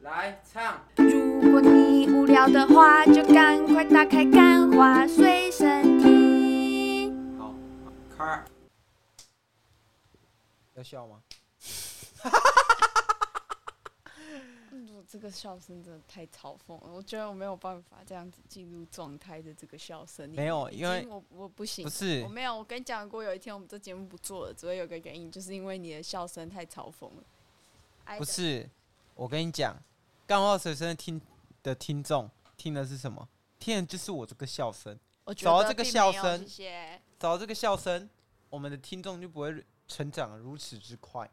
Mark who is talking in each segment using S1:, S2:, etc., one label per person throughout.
S1: 来唱。
S2: 如果你无聊的话，就赶快打开《干花随身听》。
S1: 好，开。
S3: 要笑吗？
S4: 嗯这个笑声真的太嘲讽了，我觉得我没有办法这样子进入状态的这个笑声里。
S3: 没有，因为
S4: 已经我我不行
S3: 不，是
S4: 我没有。我跟你讲过，有一天我们这节目不做了，只会有个原因，就是因为你的笑声太嘲讽了。
S3: 不是，我跟你讲，干话随身听的听众听的是什么？听的就是我这个笑声，
S4: 我觉
S3: 找到
S4: 得
S3: 这个
S4: 并
S3: 笑
S4: 没有
S3: 声
S4: 谢谢。
S3: 找到这个笑声，我们的听众就不会成长得如此之快。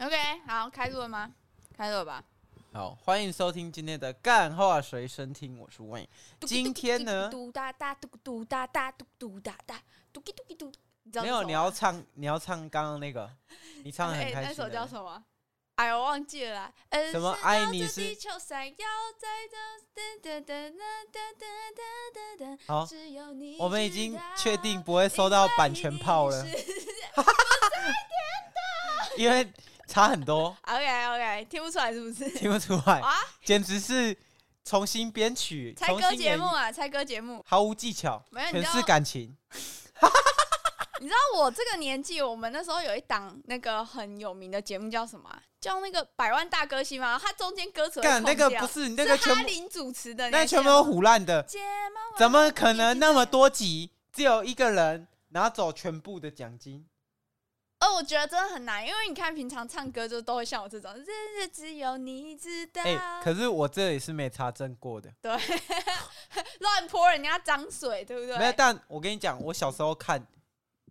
S4: OK，好，开录了吗？开录了吧。
S3: 好，欢迎收听今天的干话随身听，我是 Wayne。今天呢
S4: 嘟哒哒，嘟嘟哒哒，嘟嘟哒哒，嘟嘟嘟嘟。你知道
S3: 没
S4: 那
S3: 有，
S4: 首
S3: 你
S4: 吗
S3: 要唱，你要唱刚刚那个，你唱的很
S4: 啊哎
S3: 开
S4: 那
S3: 心
S4: 首叫
S3: 的。
S4: 什么？哎，我忘记了啦。呃，
S3: 什么
S4: 是
S3: 爱
S4: 绕
S3: 你
S4: 着
S3: 是
S4: 地球闪耀在这噔噔噔噔噔噔噔噔噔。
S3: 好，
S4: 只有你
S3: 我们已
S4: 知
S3: 经
S4: 道
S3: 确定不会收到版权炮了
S4: 因， 为你是
S3: 因为差很多，
S4: OK OK，听不出来是不 是？
S3: 听不出来
S4: 哇，
S3: 简直是重新编曲、
S4: 猜
S3: 重
S4: 歌
S3: 新
S4: 节
S3: 演
S4: 目
S3: 绎
S4: 啊，猜歌节目。
S3: 毫无技巧，
S4: 没有你
S3: 全
S4: 知
S3: 是
S4: 道
S3: 感情。
S4: 你知道我这个年纪，我们那时候有一档那个很有名的节目叫什么啊、叫那个《百万大歌星》吗？它中间歌词会
S3: 干那
S4: 空
S3: 个
S4: 掉
S3: 不是你那个
S4: 是
S3: 全
S4: 哈
S3: 部，
S4: 林主持的，你
S3: 那
S4: 还
S3: 全部
S4: 记得
S3: 都
S4: 吗
S3: 胡乱的，
S4: 睫毛
S3: 怎么可能那么多集只有一个人拿走全部的奖金？
S4: 哦，我觉得真的很难，因为你看平常唱歌就都会像我这种，日日只有你知道，
S3: 哎、可是我这也是没查证过的，
S4: 对，乱泼人家脏水，对不对？
S3: 没有。但我跟你讲，我小时候看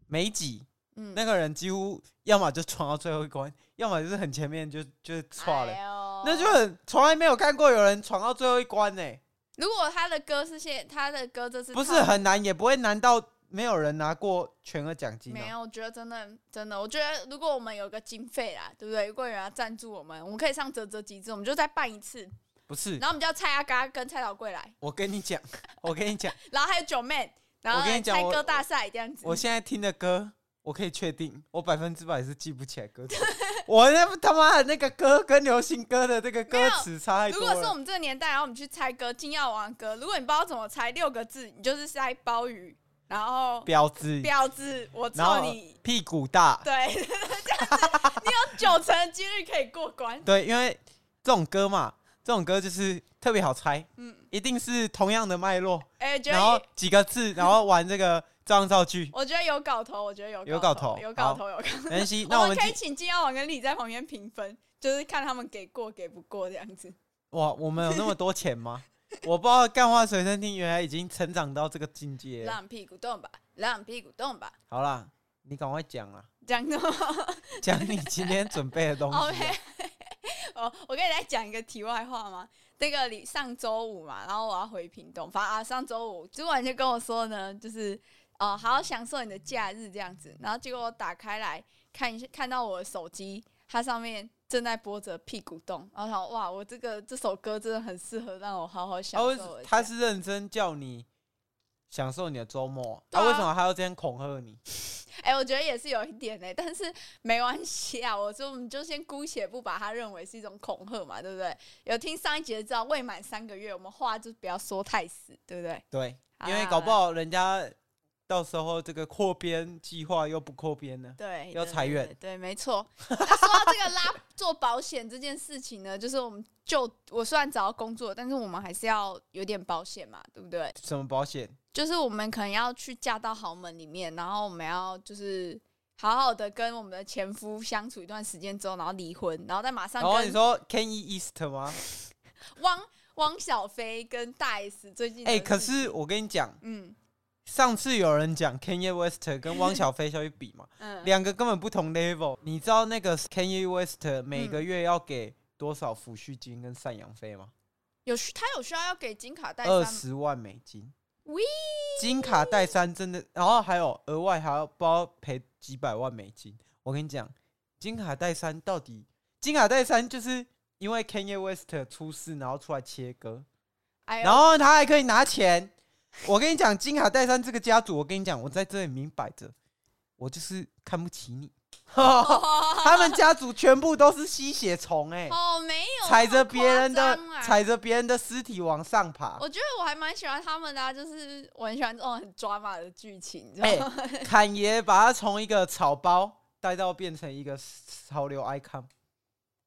S3: 每一集，
S4: 嗯
S3: 那个人几乎要么就闯到最后一关，要么就是很前面就就错了。
S4: 哎呦
S3: 那就很从来没有看过有人闯到最后一关呢、
S4: 如果他的歌是现他的歌这次
S3: 不是
S4: 唱
S3: 很难，也不会难到没有人拿过全额奖金、
S4: 没
S3: 啊。
S4: 有，我觉得真的真的，我觉得如果我们有个经费啦，对不对？如果有人要赞助我们，我们可以上泽泽集资，我们就再办一次，
S3: 不是
S4: 然，后我们叫蔡阿嘎跟蔡老贵来，
S3: 我跟你 讲，我跟你讲，
S4: 然后还有九妹，然后
S3: 我跟你
S4: 来
S3: 讲
S4: 猜
S3: 我
S4: 歌大赛这样子。
S3: 我现在听的歌，我可以确定，我百分之百是记不起来歌词。 我那他妈的那个歌跟流行歌的这个歌词差太
S4: 如
S3: 多
S4: 果是我
S3: 了。
S4: 们这个年代，然后我们去猜歌，金耀王歌，如果你不知道怎么猜六个字，你就是猜鲍鱼，然后
S3: 婊子，
S4: 婊子，我
S3: 然
S4: 操
S3: 后
S4: 你，
S3: 屁股大，
S4: 对， 这样子你有九成的几率可以过关。
S3: 对，因为这种歌嘛，这种歌就是特别好猜，
S4: 嗯，
S3: 一定是同样的脉络，
S4: 哎，觉
S3: 然后
S4: 得
S3: 几个字，然后玩这个照样造句。
S4: 我觉得有搞头，我觉得有
S3: 有搞头
S4: 有搞头，有搞头。
S3: 没关系，那我们
S4: 可以
S3: 今
S4: 请金耀王跟李在旁边评分，就是看他们给过给不过这样子。
S3: 哇，我们有那么多 钱吗？我不知道干话随身听原来已经成长到这个境界了。
S4: 让屁股动吧，让屁股动吧，
S3: 好啦，你赶快 讲啦，
S4: 这样子吗。
S3: 讲你今天准备的东西啊。
S4: OK，哦，我跟你再讲一个题外话吗？那个你上周五嘛，然后我要回屏东，反正啊上周五主管就跟我说呢，就是哦、好好享受你的假日这样子。然后结果我打开来看一下，看到我的手机，它上面正在播着《屁股动》，然后想哇，我这个这首歌真的很适合让我好好享
S3: 他
S4: 受
S3: 为
S4: 我的假。
S3: 他哦是认真叫你享受你的周末，他、
S4: 对啊
S3: 为什么还要这样恐吓你？
S4: 哎、我觉得也是有一点呢、但是没关系啊。我说我们就先姑且不把它认为是一种恐吓嘛，对不对？有听上一节知道，未满三个月，我们话就不要说太死，对不对？
S3: 对，
S4: 好啦
S3: 因为搞不好人家到时候这个扩编计划又不扩编了。
S4: 对，
S3: 要
S4: 对
S3: 裁
S4: 对
S3: 员
S4: 对对，没 错。那说到这个拉做保险这件事情呢，就是我们就我虽然找到工作，但是我们还是要有点保险嘛，对不对？
S3: 什么保险？
S4: 就是我们可能要去嫁到豪门里面，然后我们要就是好好的跟我们的前夫相处一段时间之后，然后离婚，然后再马上
S3: 然后
S4: 跟
S3: 你说 Kenny East 吗？
S4: 汪汪小菲跟大 S 最近的
S3: 哎、可
S4: 事情
S3: 是我跟你讲，
S4: 嗯
S3: 上次有人讲 Kanye West 跟汪小菲要去比嘛，
S4: 嗯，
S3: 两个根本不同 level。你知道那个 Kanye West 每个月要给多少抚恤金跟赡养费吗？
S4: 有需他有需要要给金卡戴
S3: 二
S4: 珊吗，
S3: 十万美金。
S4: 喂
S3: 金卡戴珊真的，然后还有额外还要包赔几百万美金。我跟你讲，金卡戴珊到底，金卡戴珊就是因为 Kanye West 出事，然后出来切割，
S4: 哎
S3: 然
S4: 呦，
S3: 后他还可以拿钱。我跟你讲，金卡戴珊这个家族，我跟你讲，我在这里明摆着，我就是看不起你。 他们家族全部都是吸血虫哎、
S4: 哦，没有
S3: 踩
S4: 那
S3: 着
S4: 么
S3: 别人的
S4: 夸张啦啊
S3: 踩着别人的尸体往上爬，
S4: 我觉得我还蛮喜欢他们的、啊，就是我很喜欢这种很抓马的剧情，你知
S3: 哎
S4: 道吗？、
S3: 侃爷把他从一个草包带到变成一个潮流 icon，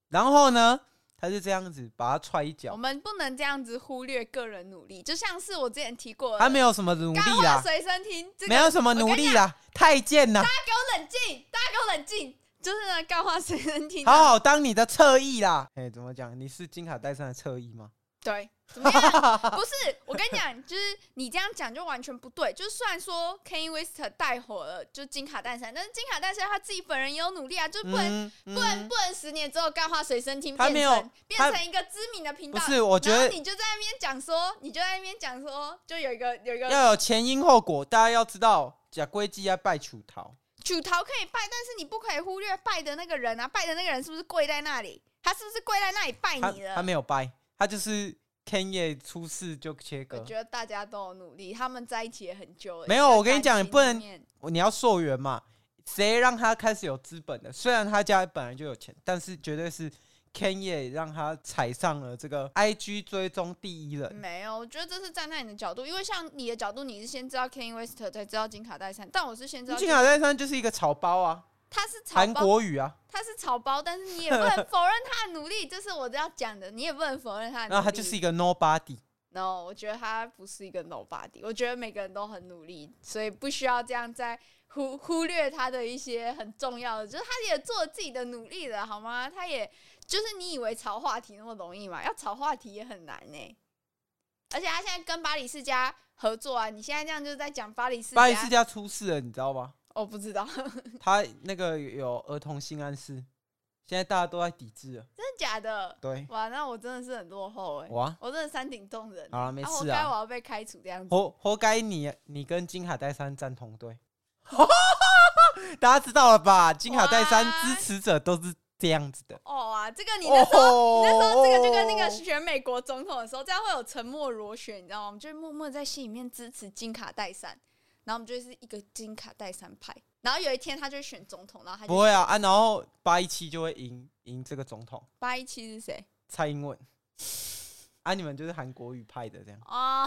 S3: 然后呢，他就这样子把他踹一
S4: 我
S3: 脚，
S4: 们不能这样子忽略个人努力，就像是我之前提过的，
S3: 他没有什么努
S4: 干
S3: 力
S4: 话
S3: 啦，
S4: 随身听，这个
S3: 没有什么努力啦，太贱啦，
S4: 大家给我冷静，大家给我冷静，就是呢，干话随身听，
S3: 好好当你的侧翼啦。哎、怎么讲？你是金卡戴珊的侧翼吗？
S4: 对，怎么 样？啊不是，我跟你讲，就是你这样讲就完全不对。就是虽然说 Kanye West 带火了，就金卡戴珊，但是金卡戴珊他自己本人也有努力啊，就不能、
S3: 嗯，
S4: 不能不能十年之后干话随身听
S3: 他
S4: 变
S3: 没有
S4: 成变
S3: 他
S4: 成一个知名的频
S3: 不
S4: 道，
S3: 是，我觉
S4: 然后
S3: 得
S4: 你就在那边讲说，你就在那边讲说，就有一个有一个
S3: 要有前因后果，大家要知道，假规矩要拜楚桃。
S4: 主桃可以拜，但是你不可以忽略拜的那个人啊，拜的那个人是不是跪在那里？他是不是跪在那里拜
S3: 他
S4: 你
S3: 他
S4: 了？
S3: 没有掰，他就是 Kanye 出事就切
S4: 我
S3: 割。
S4: 觉得大家都有努力，他们在一起也很久了。
S3: 没有
S4: 在
S3: 我跟你讲
S4: 感情
S3: 你不能
S4: 里面
S3: 我你要溯源嘛，谁让他开始有资本的？虽然他家本来就有钱，但是绝对是 Kanye 让他踩上了这个 IG 追踪第一人。
S4: 没有，我觉得这是站在你的角度，因为像你的角度，你是先知道 Kanye West 才知道金卡戴珊，但我是先知道
S3: 金卡戴珊就是一个草包啊，
S4: 他是草
S3: 韩
S4: 包，
S3: 国语啊，
S4: 他是草包，但是你也不能否认他的努力，这是我要讲的，你也不能否认他的努力。
S3: 然后他就是一个 nobody。
S4: no，我觉得他不是一个 nobody，我觉得每个人都很努力，所以不需要这样在忽忽略他的一些很重要的，就是他也做自己的努力了，好吗？他也就是你以为炒话题那么容易嘛？要炒话题也很难呢、而且他现在跟巴黎世家合作啊，你现在这样就是在讲巴黎世家，
S3: 巴黎世家出事了，你知 道吗？
S4: 我不知道，真的
S3: 他那个有儿童性暗示，现在大家都在抵制了。
S4: 假的？
S3: 对，
S4: 哇，那我真的是很落后哎、
S3: 哇，
S4: 我真的山顶洞人、
S3: 好了，没
S4: 啊，活
S3: 事
S4: 该
S3: 啊
S4: 我，要被开除这样子。
S3: 活活该你你跟金卡戴珊站同队， 大家知道了吧？金卡戴珊
S4: 哇
S3: 支持者都是这样子的。
S4: 哦啊，这个你那时候
S3: 哦，
S4: 那时候这个就跟那个选美国总统的时候，这样会有沉默螺旋，你知道吗？我们就会默默在心里面支持金卡戴珊，然后我们就是一个金卡戴珊派。然后有一天他就会选总统，然后他
S3: 不
S4: 就
S3: 会啊啊，然后八一七就会赢赢这个总统
S4: 八一七是谁
S3: 蔡英文。啊，你们就是韩国语派的这样，
S4: 啊？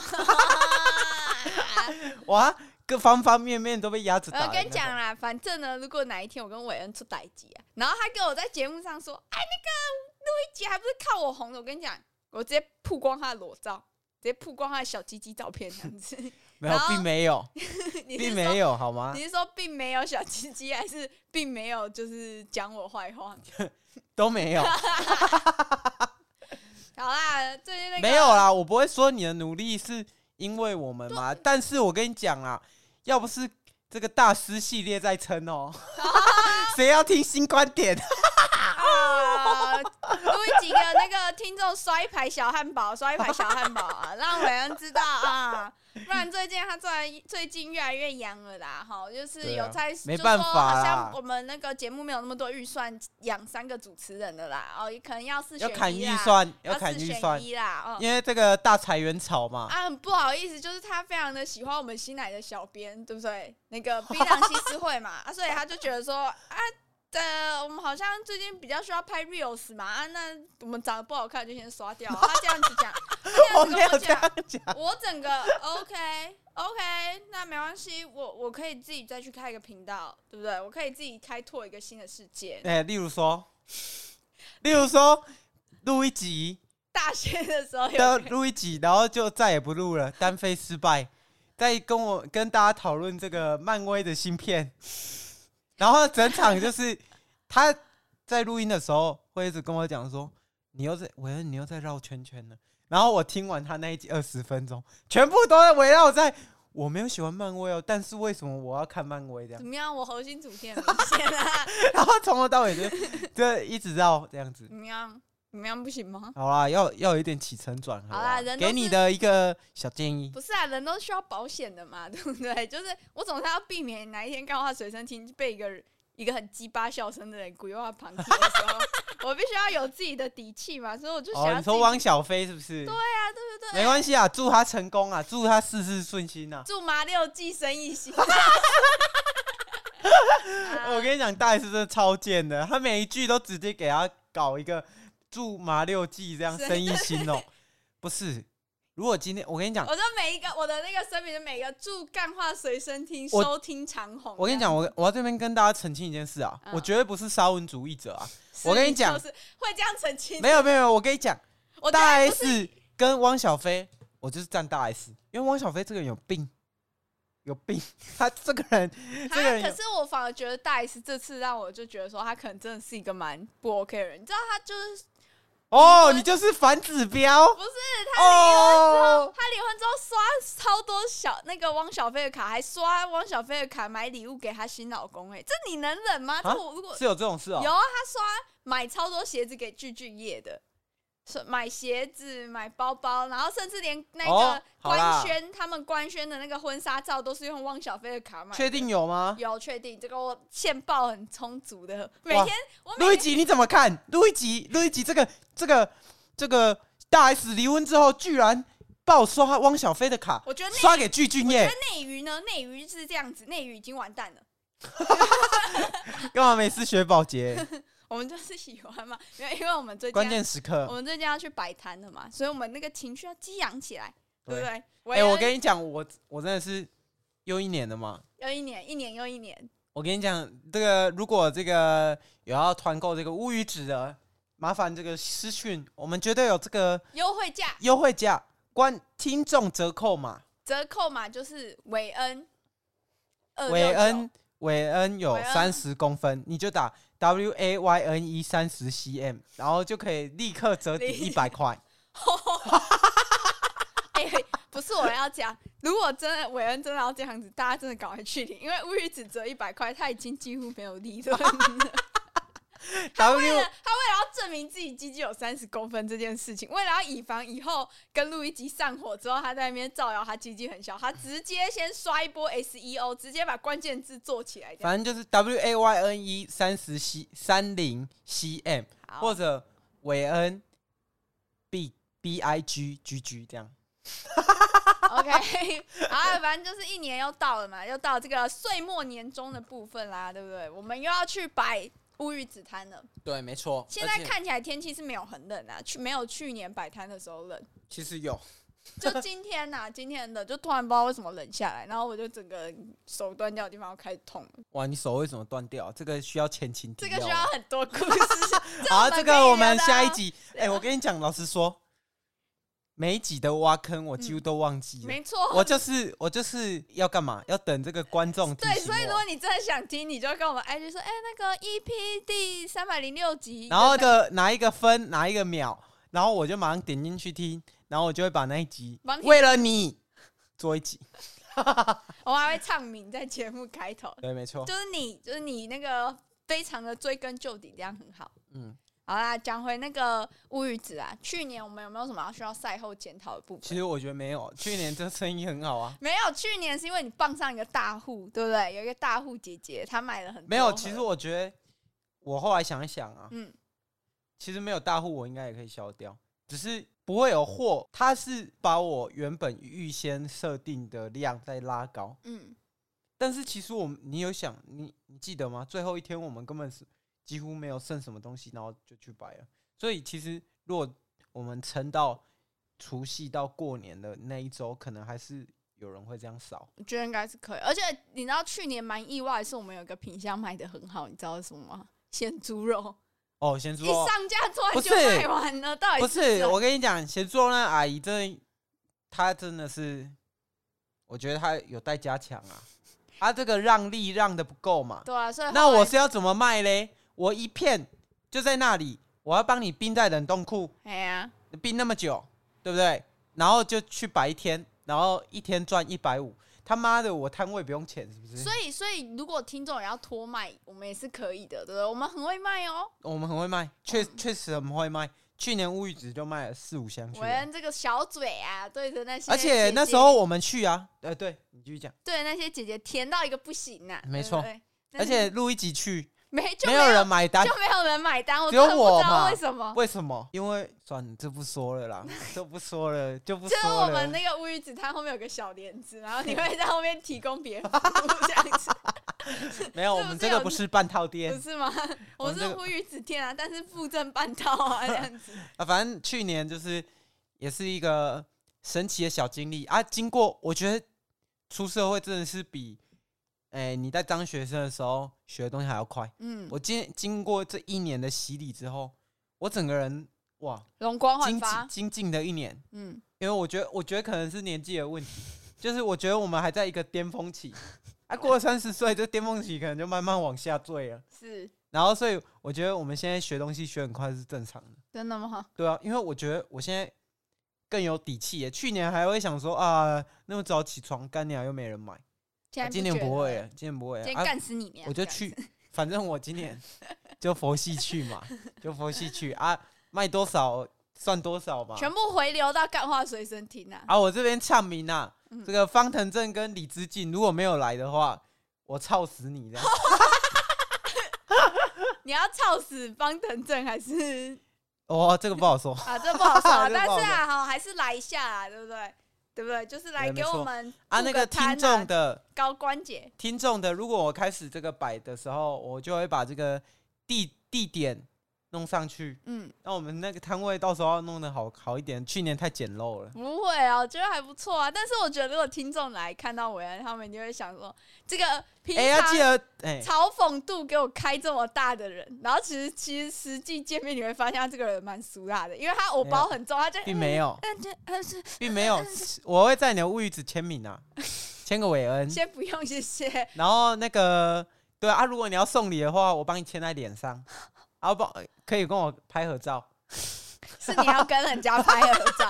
S3: 哇，各方方面面都被压着打。
S4: 我跟你讲，啦，反正呢，如果哪一天我跟韦恩出歹机啊，然后他跟我在节目上说，哎，那个录一集还不是靠我红的？我跟你讲，我直接曝光他的裸照，直接曝光他的小鸡鸡照片这样子。
S3: 没有
S4: 然，后
S3: 并没有，
S4: 你是
S3: 并
S4: 说
S3: 没有，好吗
S4: 你？是说并没有小鸡鸡，还是并没有就是讲我坏话？
S3: 都没有，
S4: 好啦，最近那个
S3: 没有，啦，我不会说你的努力是因为我们嘛，但是我跟你讲啦，要不是这个大师系列在撑 哦，谁要听新观点？
S4: 啊，录一集给那个听众刷一排小汉堡，刷一排小汉堡啊，让伟恩知道啊，不然最近他突然最近越来越阳了啦，哈，就是
S3: 对
S4: 有
S3: 啊
S4: 在、
S3: 没
S4: 就
S3: 办
S4: 说
S3: 法
S4: 好
S3: 啦
S4: 像我们那个节目没有那么多预算养三个主持人的啦，哦，也可能要四
S3: 要
S4: 选
S3: 砍
S4: 一
S3: 预
S4: 啦，
S3: 算，要
S4: 啊要
S3: 砍
S4: 四
S3: 预
S4: 选
S3: 算，
S4: 一啦，哦，
S3: 因为这个大裁员潮嘛，
S4: 啊，很不好意思，就是他非常的喜欢我们新来的小编，对不对？那 个槟榔西施会嘛，啊，所以他就觉得说啊。呃，我们好像最近比较需要拍 reels 嘛，啊，那我们长得不好看就先刷掉。啊他这样子 讲，他
S3: 我
S4: 这
S3: 没
S4: 样
S3: 有
S4: 子
S3: 这
S4: 跟我
S3: 样
S4: 讲，
S3: 讲，
S4: 我整个 OK OK，那没关系，我我可以自己再去开一个频道，对不对？我可以自己开拓一个新的世界。
S3: 哎，例如说，例如说。录一集，
S4: 大学的时候
S3: 要
S4: 有
S3: 录一集，然后就再也不录了，单飞失败。再跟我跟大家讨论这个漫威的芯片，然后整场就是他在录音的时候会一直跟我讲说：“你又在韦恩，你又在绕圈圈了。”然后我听完他那一集二十分钟，全部都在围绕在我没有喜欢漫威哦，但是为什么我要看漫威这样
S4: 怎？么样？我核心主线明显啊，
S3: 然后从头到尾就就一直绕这样子
S4: 怎。么样？怎么样不行吗？
S3: 好啦，要要有一点起承转合
S4: 好啦人都
S3: 给你
S4: 是
S3: 的一个小建议。
S4: 不是啊，人都需要保险的嘛， 对不对？就是我总是要避免哪一天干话随身听被一个人一个很鸡巴笑声的人鬼话旁听的时 候，我必须要有自己的底气嘛，所以我就想
S3: 哦，
S4: 要
S3: 你
S4: 自己、
S3: 说汪小菲是不是？对啊，对不对？没关系啊，祝他成功啊，祝他事事顺心啊。
S4: 祝麻六寄生一心。
S3: 我跟你讲，大 S 真的超贱的，他每一句都直接给他搞一个祝麻六记这样
S4: 是
S3: 生意兴 哦。不是，如果今天我跟你讲，
S4: 我说每一个我的那个声明，每个祝干话随身听，
S3: 我
S4: 收听长虹。啊
S3: 我跟你
S4: 这样，
S3: 讲，我我要这边跟大家澄清一件事啊，
S4: 嗯
S3: 我绝对不是沙文主义者 啊，
S4: 是
S3: 我跟你讲
S4: 就是会这样澄清。
S3: 没有没有没有，我跟你讲，
S4: 我
S3: 大
S4: 当然不是
S3: S 跟汪小菲，我就是站大 S，因为汪小菲这个人有病，有病， 他这个人
S4: 啊
S3: 这个人有
S4: 可是我反而觉得大 S 这次让我就觉得说，他可能真的是一个蛮不 OK 的人。你知道，他就是
S3: 哦，你就是反指标
S4: 不是他离婚之后，
S3: 哦。
S4: 他离婚之后刷超多小那个汪小菲的卡，还刷汪小菲的卡买礼物给他新老公、哎，这你能忍吗？这
S3: 啊
S4: 我如果
S3: 是有这种事哦，
S4: 有啊，他刷买超多鞋子给句句叶的，是买鞋子、买包包，然后甚至连那
S3: 哦
S4: 个
S3: 好啦
S4: 官宣、他们官宣的那个婚纱照都是用汪小菲的卡买的。
S3: 确定有吗？
S4: 有确定？这个我线报很充足的，每
S3: 哇
S4: 天我
S3: 录
S4: 每
S3: 一
S4: 天
S3: 集你怎么看？录一集，录一集，这个这个这个大 S 离婚之后，居然爆刷汪小菲的卡，
S4: 我觉得内
S3: 刷给具俊
S4: 我觉
S3: 晔
S4: 得，内娱呢，内娱是这样子，内娱已经完蛋了。
S3: 干嘛没事学保 洁？
S4: 我们就是喜欢嘛，没有，因为我们最近
S3: 关键时
S4: 我
S3: 刻，
S4: 们最近要去摆摊了嘛，所以我们那个情绪要激扬起来，对不
S3: 对
S4: 对？
S3: 哎、
S4: 有
S3: 我跟你讲，我我真的是又一年了嘛。
S4: 又一年，一年又一年，
S3: 我跟你讲，这个如果这个有要团购这个乌鱼子的，麻烦这个私讯，我们绝对有这个
S4: 优惠价
S3: 优惠价，关听众折扣码，
S4: 折扣码就是韦恩，269
S3: 韦恩，韦恩有
S4: 韦
S3: 三
S4: 恩
S3: 十公分，你就打 W A Y N E 三十 C M，然后就可以立刻折抵一
S4: 立
S3: 百块。
S4: 哎、不是我要讲，如果真的韦恩真的要这样子，大家真的赶快去领，因为乌鱼子折一百块，他已经几乎没有利润了。为了
S3: W
S4: 他啊为了要证明自己鸡鸡有三十公分这件事情，为了要以防以后跟路易吉上火之后，他在那边造谣他鸡鸡很小，他直接先刷一波 SEO，直接把关键字做起来这样。
S3: 反正就是 W A Y N E 三十 C 三零 C M，
S4: 好
S3: 或者韦恩 B B I G G G 这样。
S4: OK，好，反正就是一年又到了嘛，又到这个岁末年终的部分啦，对不对？我们又要去摆乌鱼子摊了。
S3: 对，没错。
S4: 现在，看起来天气是没有很冷啊，去没有去年摆摊的时候冷。
S3: 其实有，
S4: 就今天呐、今天的就突然不知道为什么冷下来，然后我就整个手断掉的地方开始痛了。
S3: 哇，你手为什么断掉？这个需要前情提
S4: 这
S3: 要
S4: 个需
S3: 吗
S4: 要很多故 事。
S3: 好，
S4: 这
S3: 这
S4: 我们
S3: 个我们
S4: 可以聊啊
S3: 下一
S4: 到
S3: 集。哎、我跟你讲，老实说，每一集的挖坑我
S4: 嗯
S3: 几乎都忘记了。
S4: 没错，
S3: 我就是我就是要干嘛？要等这个观众提
S4: 对，
S3: 醒
S4: 所以如
S3: 我
S4: 果你真的想听，你就跟我们 IG 说，哎、那个 EP 第三百零六集，
S3: 然后的哪一个分哪一个秒，然后我就马上点进去听，然后我就会把那一集
S4: 忙听
S3: 为了你做一集。
S4: 我还会唱名在节目开 头，
S3: 对，没错。
S4: 就是你，就是你那个非常的追根究底，这样很好。
S3: 嗯，
S4: 好啦，讲回那个乌鱼子啊，去年我们有没有什么要需要赛后检讨的部分？
S3: 其实我觉得没有，去年这生意很 好啊。
S4: 没有，去年是因为你傍上一个大户，对不对？有一个大户姐姐，她买了很多。
S3: 没有，其实我觉得我后来想一想啊，
S4: 嗯，
S3: 其实没有大户，我应该也可以消掉，只是不会有货。它是把我原本预先设定的量再拉高，
S4: 嗯，
S3: 但是其实我们你有想你你记得吗？最后一天我们根本是几乎没有剩什么东西，然后就去摆了。所以其实如果我们撑到除夕到过年的那一周，可能还是有人会这样扫。
S4: 我觉得应该是可以。而且你知道去年蛮意外，是我们有一个品相卖的很好，你知道是什么吗？咸猪肉
S3: 哦，先
S4: 一
S3: 说
S4: 上架突然
S3: 不
S4: 就是卖完了，到底
S3: 不是，
S4: 这
S3: 我跟你讲，写作那阿姨真的，她真的是，我觉得她有待加强 啊。她这个让利让的不够嘛？
S4: 对啊，所以
S3: 那
S4: 后来
S3: 我是要怎么卖嘞？我一片就在那里，我要帮你冰在冷冻库，
S4: 哎呀，
S3: 冰那么久，对不对？然后就去摆一天，然后一天赚一百五，他妈的，我摊位不用钱是不是
S4: 所？以所以如果听众也要拖卖，我们也是可以的，对不对？我们很会卖哦。
S3: 我们很会卖，确确实很会卖。去年乌鱼子就卖了四五箱去
S4: 我
S3: 了，
S4: 恩这个小嘴啊，对着那些
S3: 而且那时候我们去啊，呃，对你继续讲。
S4: 对那些姐姐甜到一个不行呐、
S3: 没错
S4: 对不对
S3: 而且录一集去，
S4: 没就没
S3: 没有人买单
S4: 就，没有人买单，我
S3: 只有
S4: 真的不
S3: 我
S4: 知道
S3: 嘛
S4: 为什么。
S3: 为什么？因为算了，这不说了 啦，这不说了，就不
S4: 就是
S3: 说
S4: 我们
S3: 了。
S4: 那个乌鱼子摊后面有个小帘子，然后你会在后面提供别人服务这样子。
S3: 没有，我们这个不是半套
S4: 不
S3: 店
S4: 是吗？我
S3: 我们这
S4: 是
S3: 个
S4: 呼吁子天啊，但是附赠半套啊，这样子。
S3: 啊。反正去年就是也是一个神奇的小经历啊。经过我觉得出社会真的是比，哎、你在当学生的时候学的东西还要快。
S4: 嗯，
S3: 我经经过这一年的洗礼之后，我整个人哇，
S4: 容光焕
S3: 精进
S4: 发。
S3: 精进的一年。
S4: 嗯，
S3: 因为我觉得，我觉得可能是年纪 的问题，就是我觉得我们还在一个巅峰期，啊，过了三十岁，这巅峰期可能就慢慢往下坠了。
S4: 是
S3: 然后，所以我觉得我们现在学东西学很快是正常的，
S4: 真的吗？
S3: 对啊，因为我觉得我现在更有底气耶。去年还会想说啊，那么早起床干鸟又没人买，
S4: 现
S3: 啊
S4: 在
S3: 今年
S4: 觉
S3: 不
S4: 得
S3: 会
S4: 了
S3: 了，今年不会了
S4: 今天
S3: 啊，
S4: 干死你娘！
S3: 我就
S4: 这样
S3: 去
S4: 子，
S3: 反正我 今年就佛系去嘛，就佛系去啊，卖多少算多少嘛，
S4: 全部回流到干化随身听 啊！
S3: 啊，我这边唱名啊，
S4: 嗯
S3: 这个方腾正跟李知敬如果没有来的话，我操死你这样。
S4: 你要操死方腾正还是
S3: 哦，这个不好说
S4: 啊？这不好说 啊，
S3: 这不
S4: 但
S3: 好
S4: 是啊，好还是来一下啊，对不对？对不对？就是来
S3: 对没
S4: 给
S3: 错
S4: 我们
S3: 啊。
S4: 助
S3: 那
S4: 个
S3: 个
S4: 摊
S3: 听众的
S4: 高关节，
S3: 听众的，如果我开始这个摆的时候，我就会把这个地地点弄上去。
S4: 嗯，
S3: 那我们那个摊位到时候要弄得好好一点，去年太简陋了。
S4: 不会啊，我觉得还不错啊。但是我觉得如果听众来看到我，他们一定会想说，这个平
S3: 哎、要
S4: 常
S3: 记得哎、
S4: 嘲讽度给我开这么大的人，然后其实其实实际见面你会发现他这个人蛮俗辣的，因为他偶包很重，他就
S3: 并没有，
S4: 嗯，这嗯是
S3: 并没有，我会在你的物语纸签 名啊，签个韦恩。
S4: 先不用，谢谢。
S3: 然后那个对啊，如果你要送礼的话，我帮你签在脸上，啊不，可以跟我拍合照。
S4: 是你要跟人家拍合 照，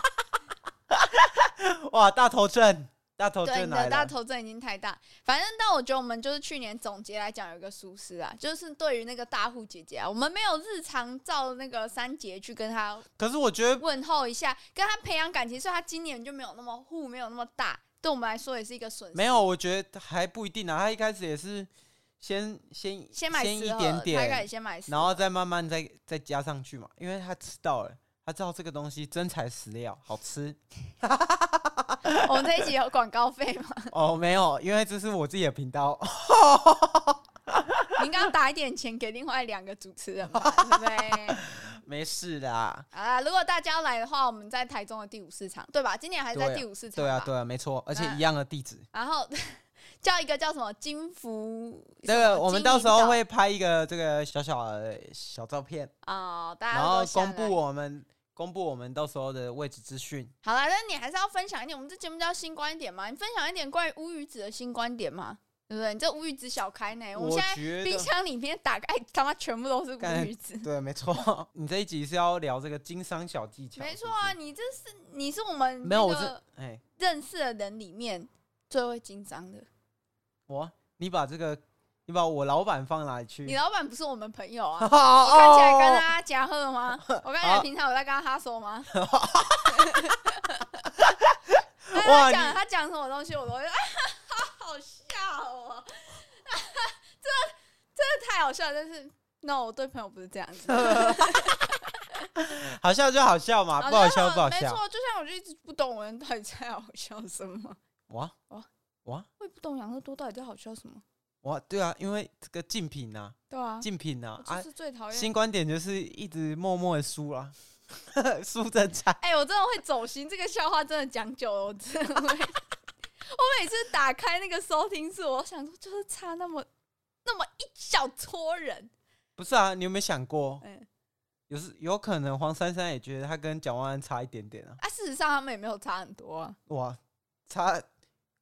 S3: 哇，大头阵，大头
S4: 对，
S3: 阵
S4: 你
S3: 来
S4: 的大
S3: 了。
S4: 头针已经太大。反正，但我觉得我们就是去年总结来讲，有一个疏失啊，就是对于那个大户姐姐啊，我们没有日常照那个三节去跟她
S3: 可是我觉得
S4: 问候一下，跟她培养感情，所以她今年就没有那么户，没有那么大，对我们来说也是一个损失。
S3: 没有，，我觉得还不一定啊。他一开始也是先先
S4: 先买
S3: 先
S4: 十
S3: 一
S4: 盒，
S3: 点
S4: 她开始
S3: 点，
S4: 先买十盒，
S3: 然后再慢慢再再加上去嘛，因为他吃到了，他知道这个东西真材实料，好 吃。
S4: 哦我们这一集有广告费 吗？
S3: 哦，没有，因为这是我自己的频道。
S4: 你应该要打一点钱给另外两个主持 人嘛，对不对？
S3: 没事啦。
S4: 啊，如果大家要来的话，我们在台中的第五市场，对吧？今年还在
S3: 对啊
S4: 第五市场
S3: 对啊，
S4: 吧
S3: 对啊，没错，而且
S4: 那
S3: 一样的地址。
S4: 然后 叫一个叫什么金福，
S3: 这
S4: 什么
S3: 个我们
S4: 金
S3: 到
S4: 银
S3: 时候
S4: 岛
S3: 会拍一个这个小小的小照片，
S4: 哦，大家
S3: 然
S4: 都
S3: 后
S4: 下来
S3: 公布我们公布我们到时候的位置资讯。
S4: 好了，那你还是要分享一点，我们这节目叫新观点嘛，你分享一点关于乌鱼子的新观点嘛，对不对？你这乌鱼子小开呢，哎我们现在
S3: 觉
S4: 冰
S3: 得
S4: 箱里面打开他妈全部都是乌
S3: 干
S4: 鱼子。
S3: 对，没错。 你这一集是要聊这个经商小技巧，
S4: 没
S3: 是
S4: 错
S3: 不是
S4: 啊，，你这是你是我们
S3: 没有，
S4: 那
S3: 我是
S4: 个
S3: 哎
S4: 认识的人里面最会经商的。
S3: 我，你把这个你把我老板放哪里去？
S4: 你 老板不是我们朋友啊？
S3: 哦
S4: 我看起来跟他夹贺吗？我看起来平常有在跟他哈手 吗？但是他
S3: 哇你
S4: 讲他讲什么东西，我都会 啊，好笑哦， 这真的太好笑了。但是 no，我对朋友不是这样子，
S3: 啊哦 好笑就好笑嘛，不好笑不好
S4: 哦没
S3: 笑。
S4: 错，就像我就一直不懂，我 人到底在好笑什 么，
S3: 哇
S4: 我也不懂养乐多到底在好笑什么。
S3: 哇，对啊，因为这个竞品呐，
S4: 对啊，
S3: 竞品呐
S4: 我就
S3: 啊，
S4: 是最讨厌
S3: 新观点就是一直默默的输啦， 输真惨。
S4: 哎、我真的会走心，这个笑话真的讲久了，我真的会。我每次打开那个收听数，我想说就是差那么那么一小撮人，
S3: 不是啊，你有没有想过，
S4: 嗯、
S3: 有时有可能黄珊珊也觉得她跟蒋万安差一点点啊？
S4: 啊，事实上他们也没有差很多啊。
S3: 哇，差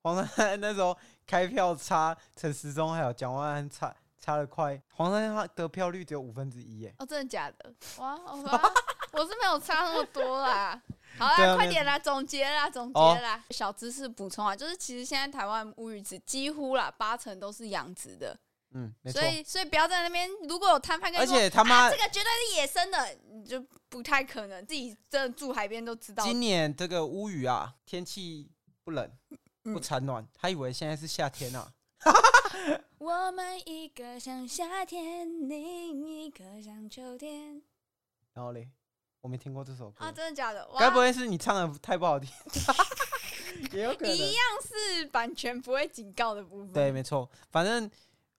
S3: 黄珊珊那时候开票差陈时中还有蒋万安差差了快，黄珊珊她得票率只有五分之一耶。
S4: 哦，真的假的？哇，好吧，我是没有差那么多啦。好啦，
S3: 对啊
S4: 快
S3: 没哦
S4: 点啦，总结啦，总结啦。小知识补充啊，就是其实现在台湾乌鱼子几乎啦八成都是养殖的，
S3: 嗯，没错
S4: 所。以所以不要在那边，如果有摊贩跟你
S3: 而
S4: 说
S3: 且他妈
S4: 啊、这个绝对是野生的，你就不太可能。自己真的住海边都知道。
S3: 今年这个乌雨啊，天气不冷
S4: 嗯
S3: 不产暖，他以为现在是夏天啊。
S2: 我们一个像夏天，另一个像秋天。
S3: 然后嘞，我没听过这首歌
S4: 啊，，真的假的？哇
S3: 该不会是你唱的太不好听？ 也有可能。
S4: 一样是版权不会警告的部分？
S3: 对，没错。反正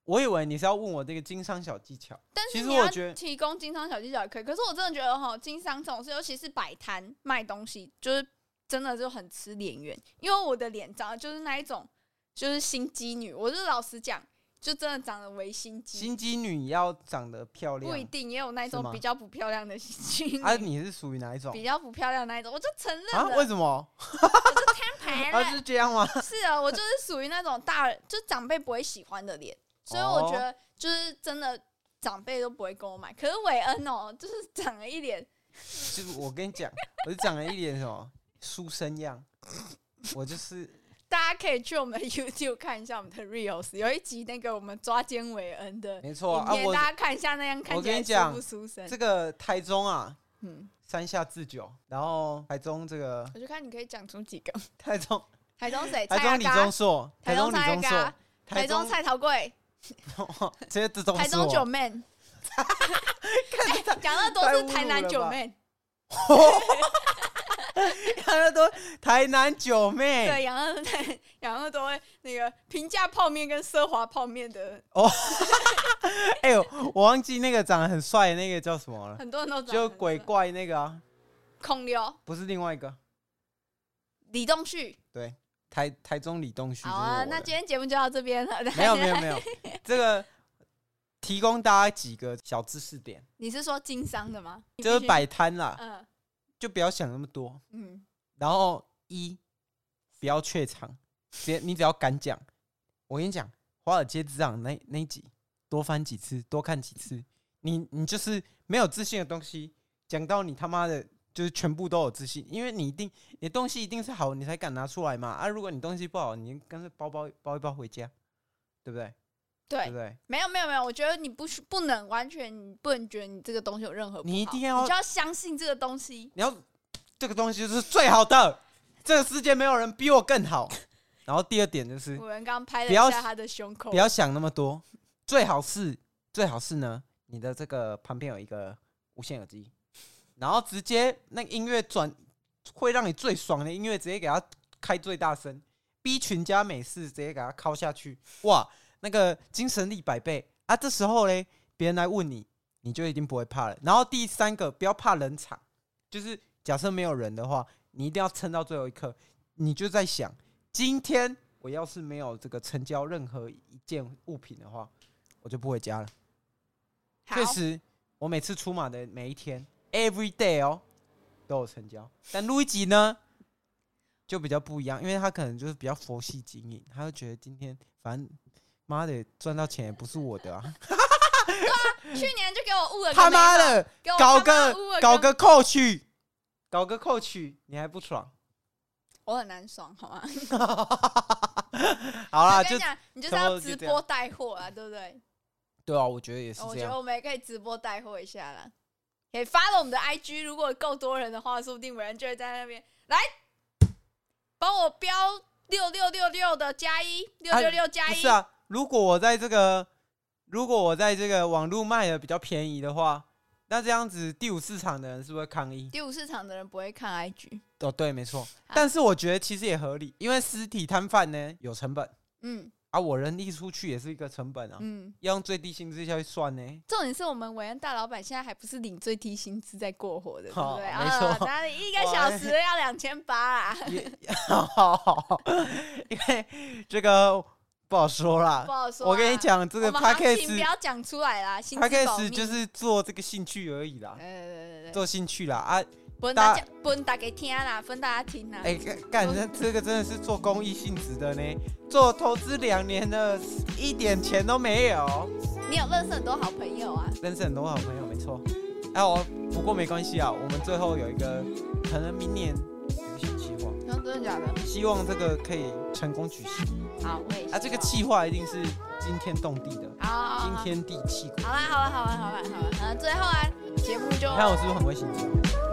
S3: 我以为你是要问我这个经商小技巧，
S4: 但
S3: 其
S4: 是
S3: 实
S4: 你
S3: 我
S4: 要
S3: 觉得
S4: 提供经商小技巧也可以，可是我真的觉得哈，经商这种事，尤其是摆摊卖东西，就是真的就很吃脸缘。因为我的脸长得就是那一种，就是心机女。我是老实讲，就真的长得为心机，
S3: 心机女要长得漂
S4: 不一
S3: 亮，
S4: 定也有那一
S3: 是吗
S4: 种比较不漂亮的心机女，
S3: 啊，你是属于哪一种
S4: 比较不漂亮的那一种，我就承认
S3: 啊？
S4: 了，
S3: 为什么？
S4: 摊牌了
S3: 啊，。是这样吗？
S4: 是啊，我就是属于那种大人，就长辈不会喜欢的脸，所以我觉
S3: 哦
S4: 得就是真的长辈都不会跟我买。可是韦恩哦，就是长了一脸，
S3: 就是我跟你讲，我就长了一脸什么书 生样，我就是
S4: 大家可以去我们的 YouTube 看一下我们的 Reels，有一集那个我们抓奸韦恩的
S3: 没错
S4: 影
S3: 啊。
S4: 片，
S3: 我
S4: 大家看一下那样看
S3: 我
S4: 起
S3: 跟
S4: 来
S3: 你讲
S4: 舒不舒神
S3: 这？个台中啊，
S4: 嗯，
S3: 山下智久，然后台中这个
S4: 我就看你可以讲出几个。
S3: 台中
S4: 台中谁？
S3: 台
S4: 蔡阿
S3: 中李钟
S4: 嘎，
S3: 硕，台
S4: 台
S3: 中
S4: 中
S3: 李
S4: 哎蔡阿
S3: 钟硕
S4: 嘎，，台中蔡桃贵，
S3: 中，这些这都不
S4: 台
S3: 是
S4: 中九
S3: 我。
S4: 妹。哎，讲的都
S3: 太
S4: 是
S3: 侮
S4: 台
S3: 辱
S4: 南
S3: 了
S4: 九
S3: 吧
S4: 妹，
S3: 看他都 台南九妹
S4: 对，然后然后都会那个平价泡面跟奢华泡面的，
S3: 哎呦，我忘记那个长得很帅的那个叫什么了，
S4: 很多人都长
S3: 就
S4: 得
S3: 鬼
S4: 很
S3: 怪那个啊，
S4: 帅孔刘、
S3: 不是另外一个，
S4: 李栋旭。
S3: 对，台台中李东旭。
S4: 好啊，那今天节目就到这边了。
S3: 没有没有没有，这个提供大家几个小知识点，
S4: 你是说经商的吗？你
S3: 就是
S4: 必须，
S3: 摆摊啦，
S4: 嗯
S3: 就不要想那么多。
S4: 嗯，
S3: 然后一，不要怯场，直接你只要敢讲。我跟你讲，《华尔街之狼》那那一集，多翻几次，多看几次，你你就是没有自信的东西，讲到你他妈的。就是全部都有自信，因为你一定你的东西一定是好，你才敢拿出来嘛。啊，如果你东西不好，你干脆包包包一包回家，对不对？对
S4: 对
S3: 不，对？
S4: 没有没有没有，我觉得你不需不能完全你不能觉得你这个东西有任何不好，
S3: 你一定要
S4: 你就要相信这个东西。
S3: 你要这个东西就是最好的，这个世界没有人比我更好。然后第二点就是
S4: 我们刚刚拍了
S3: 不
S4: 一
S3: 要
S4: 下他的胸口
S3: 不，要想那么多，最好是最好是呢，你的这个旁边有一个无线耳机，然后直接那个音乐转会让你最爽的音乐，直接给它开最大声，B 群加美式直接给它敲下去，哇，那个精神力百倍啊！这时候嘞，别人来问你，你就一定不会怕了。然后第三个，不要怕冷场，就是假设没有人的话，你一定要撑到最后一刻，你就在想，今天我要是没有这个成交任何一件物品的话，我就不回家了。
S4: 好
S3: 确实，我每次出马的每一天，every day 哦，都有成交。但路易吉呢，就比较不一样，因为他可能就是比较佛系经营，他就觉得今天反正妈的赚到钱也不是我的啊，
S4: 去年就给 我误了，
S3: 他妈，的
S4: 给我
S3: 搞
S4: 他妈
S3: 个
S4: 误了
S3: 搞，个扣取，搞个扣取，你还 不爽？
S4: 我很难爽，好吗？
S3: 好啦，
S4: 我
S3: 啊就
S4: 跟你讲，你就是
S3: 差不
S4: 要
S3: 多就
S4: 直
S3: 这样
S4: 播带货啊，对不对？
S3: 对啊，我觉得也是
S4: 我
S3: 这
S4: 觉
S3: 样
S4: 得。我们也可以直播带货一下啦，可以发了我们的 IG，如果够多人的话，说不定有人就会在那边来帮我标六六六六的加一，六六六加
S3: 啊不
S4: 一
S3: 是，啊，如果我在这个，如果我在这个网络卖的比较便宜的话，那这样子第五市场的人是不是会抗议？
S4: 第五啊市场的人不会看 IG，
S3: 哦，对，没错。但是我觉得其实也合理，因为实体摊贩呢有成本
S4: 嗯
S3: 啊，我人力出去也是一个成本啊，
S4: 嗯。
S3: 要用最低薪资下去算 呢。
S4: 重点是我们伟恩大老板现在还不是领最低薪资在过活的，对
S3: 好
S4: 不对？
S3: 哦没错
S4: 啊， 哪里一个小时要两千八啊啦，
S3: 也，因为这个不好说啦。
S4: 不好说啊。
S3: 我跟你讲，这
S4: 我
S3: 个
S4: 们行情不
S3: podcast
S4: 要讲出来啦，薪资保
S3: podcast
S4: 密。
S3: 就是做这个兴趣而已啦，
S4: 呃，
S3: 做兴趣啦啊。
S4: 分
S3: 大
S4: 大家分大家听啦，分大家听啦。
S3: 哎、干干，这这个真的是做公益性质的呢，做投资两年了，一点钱都没有，
S4: 你有认识很多好朋友啊？
S3: 认识很多好朋友，没错。啊，我不过没关系啊，我们最后有一个可能明年有一些计划，
S4: 哦真的假的？
S3: 希望这个可以成功举行。
S4: 好，我也
S3: 啊，这个计划一定是惊天动地的，
S4: 好好好
S3: 惊
S4: 哦好
S3: 天地泣鬼。
S4: 好啦，好啦，好啦，好啦，好啦。呃，最后啊，节目就
S3: 你看我是不是很会行销？啊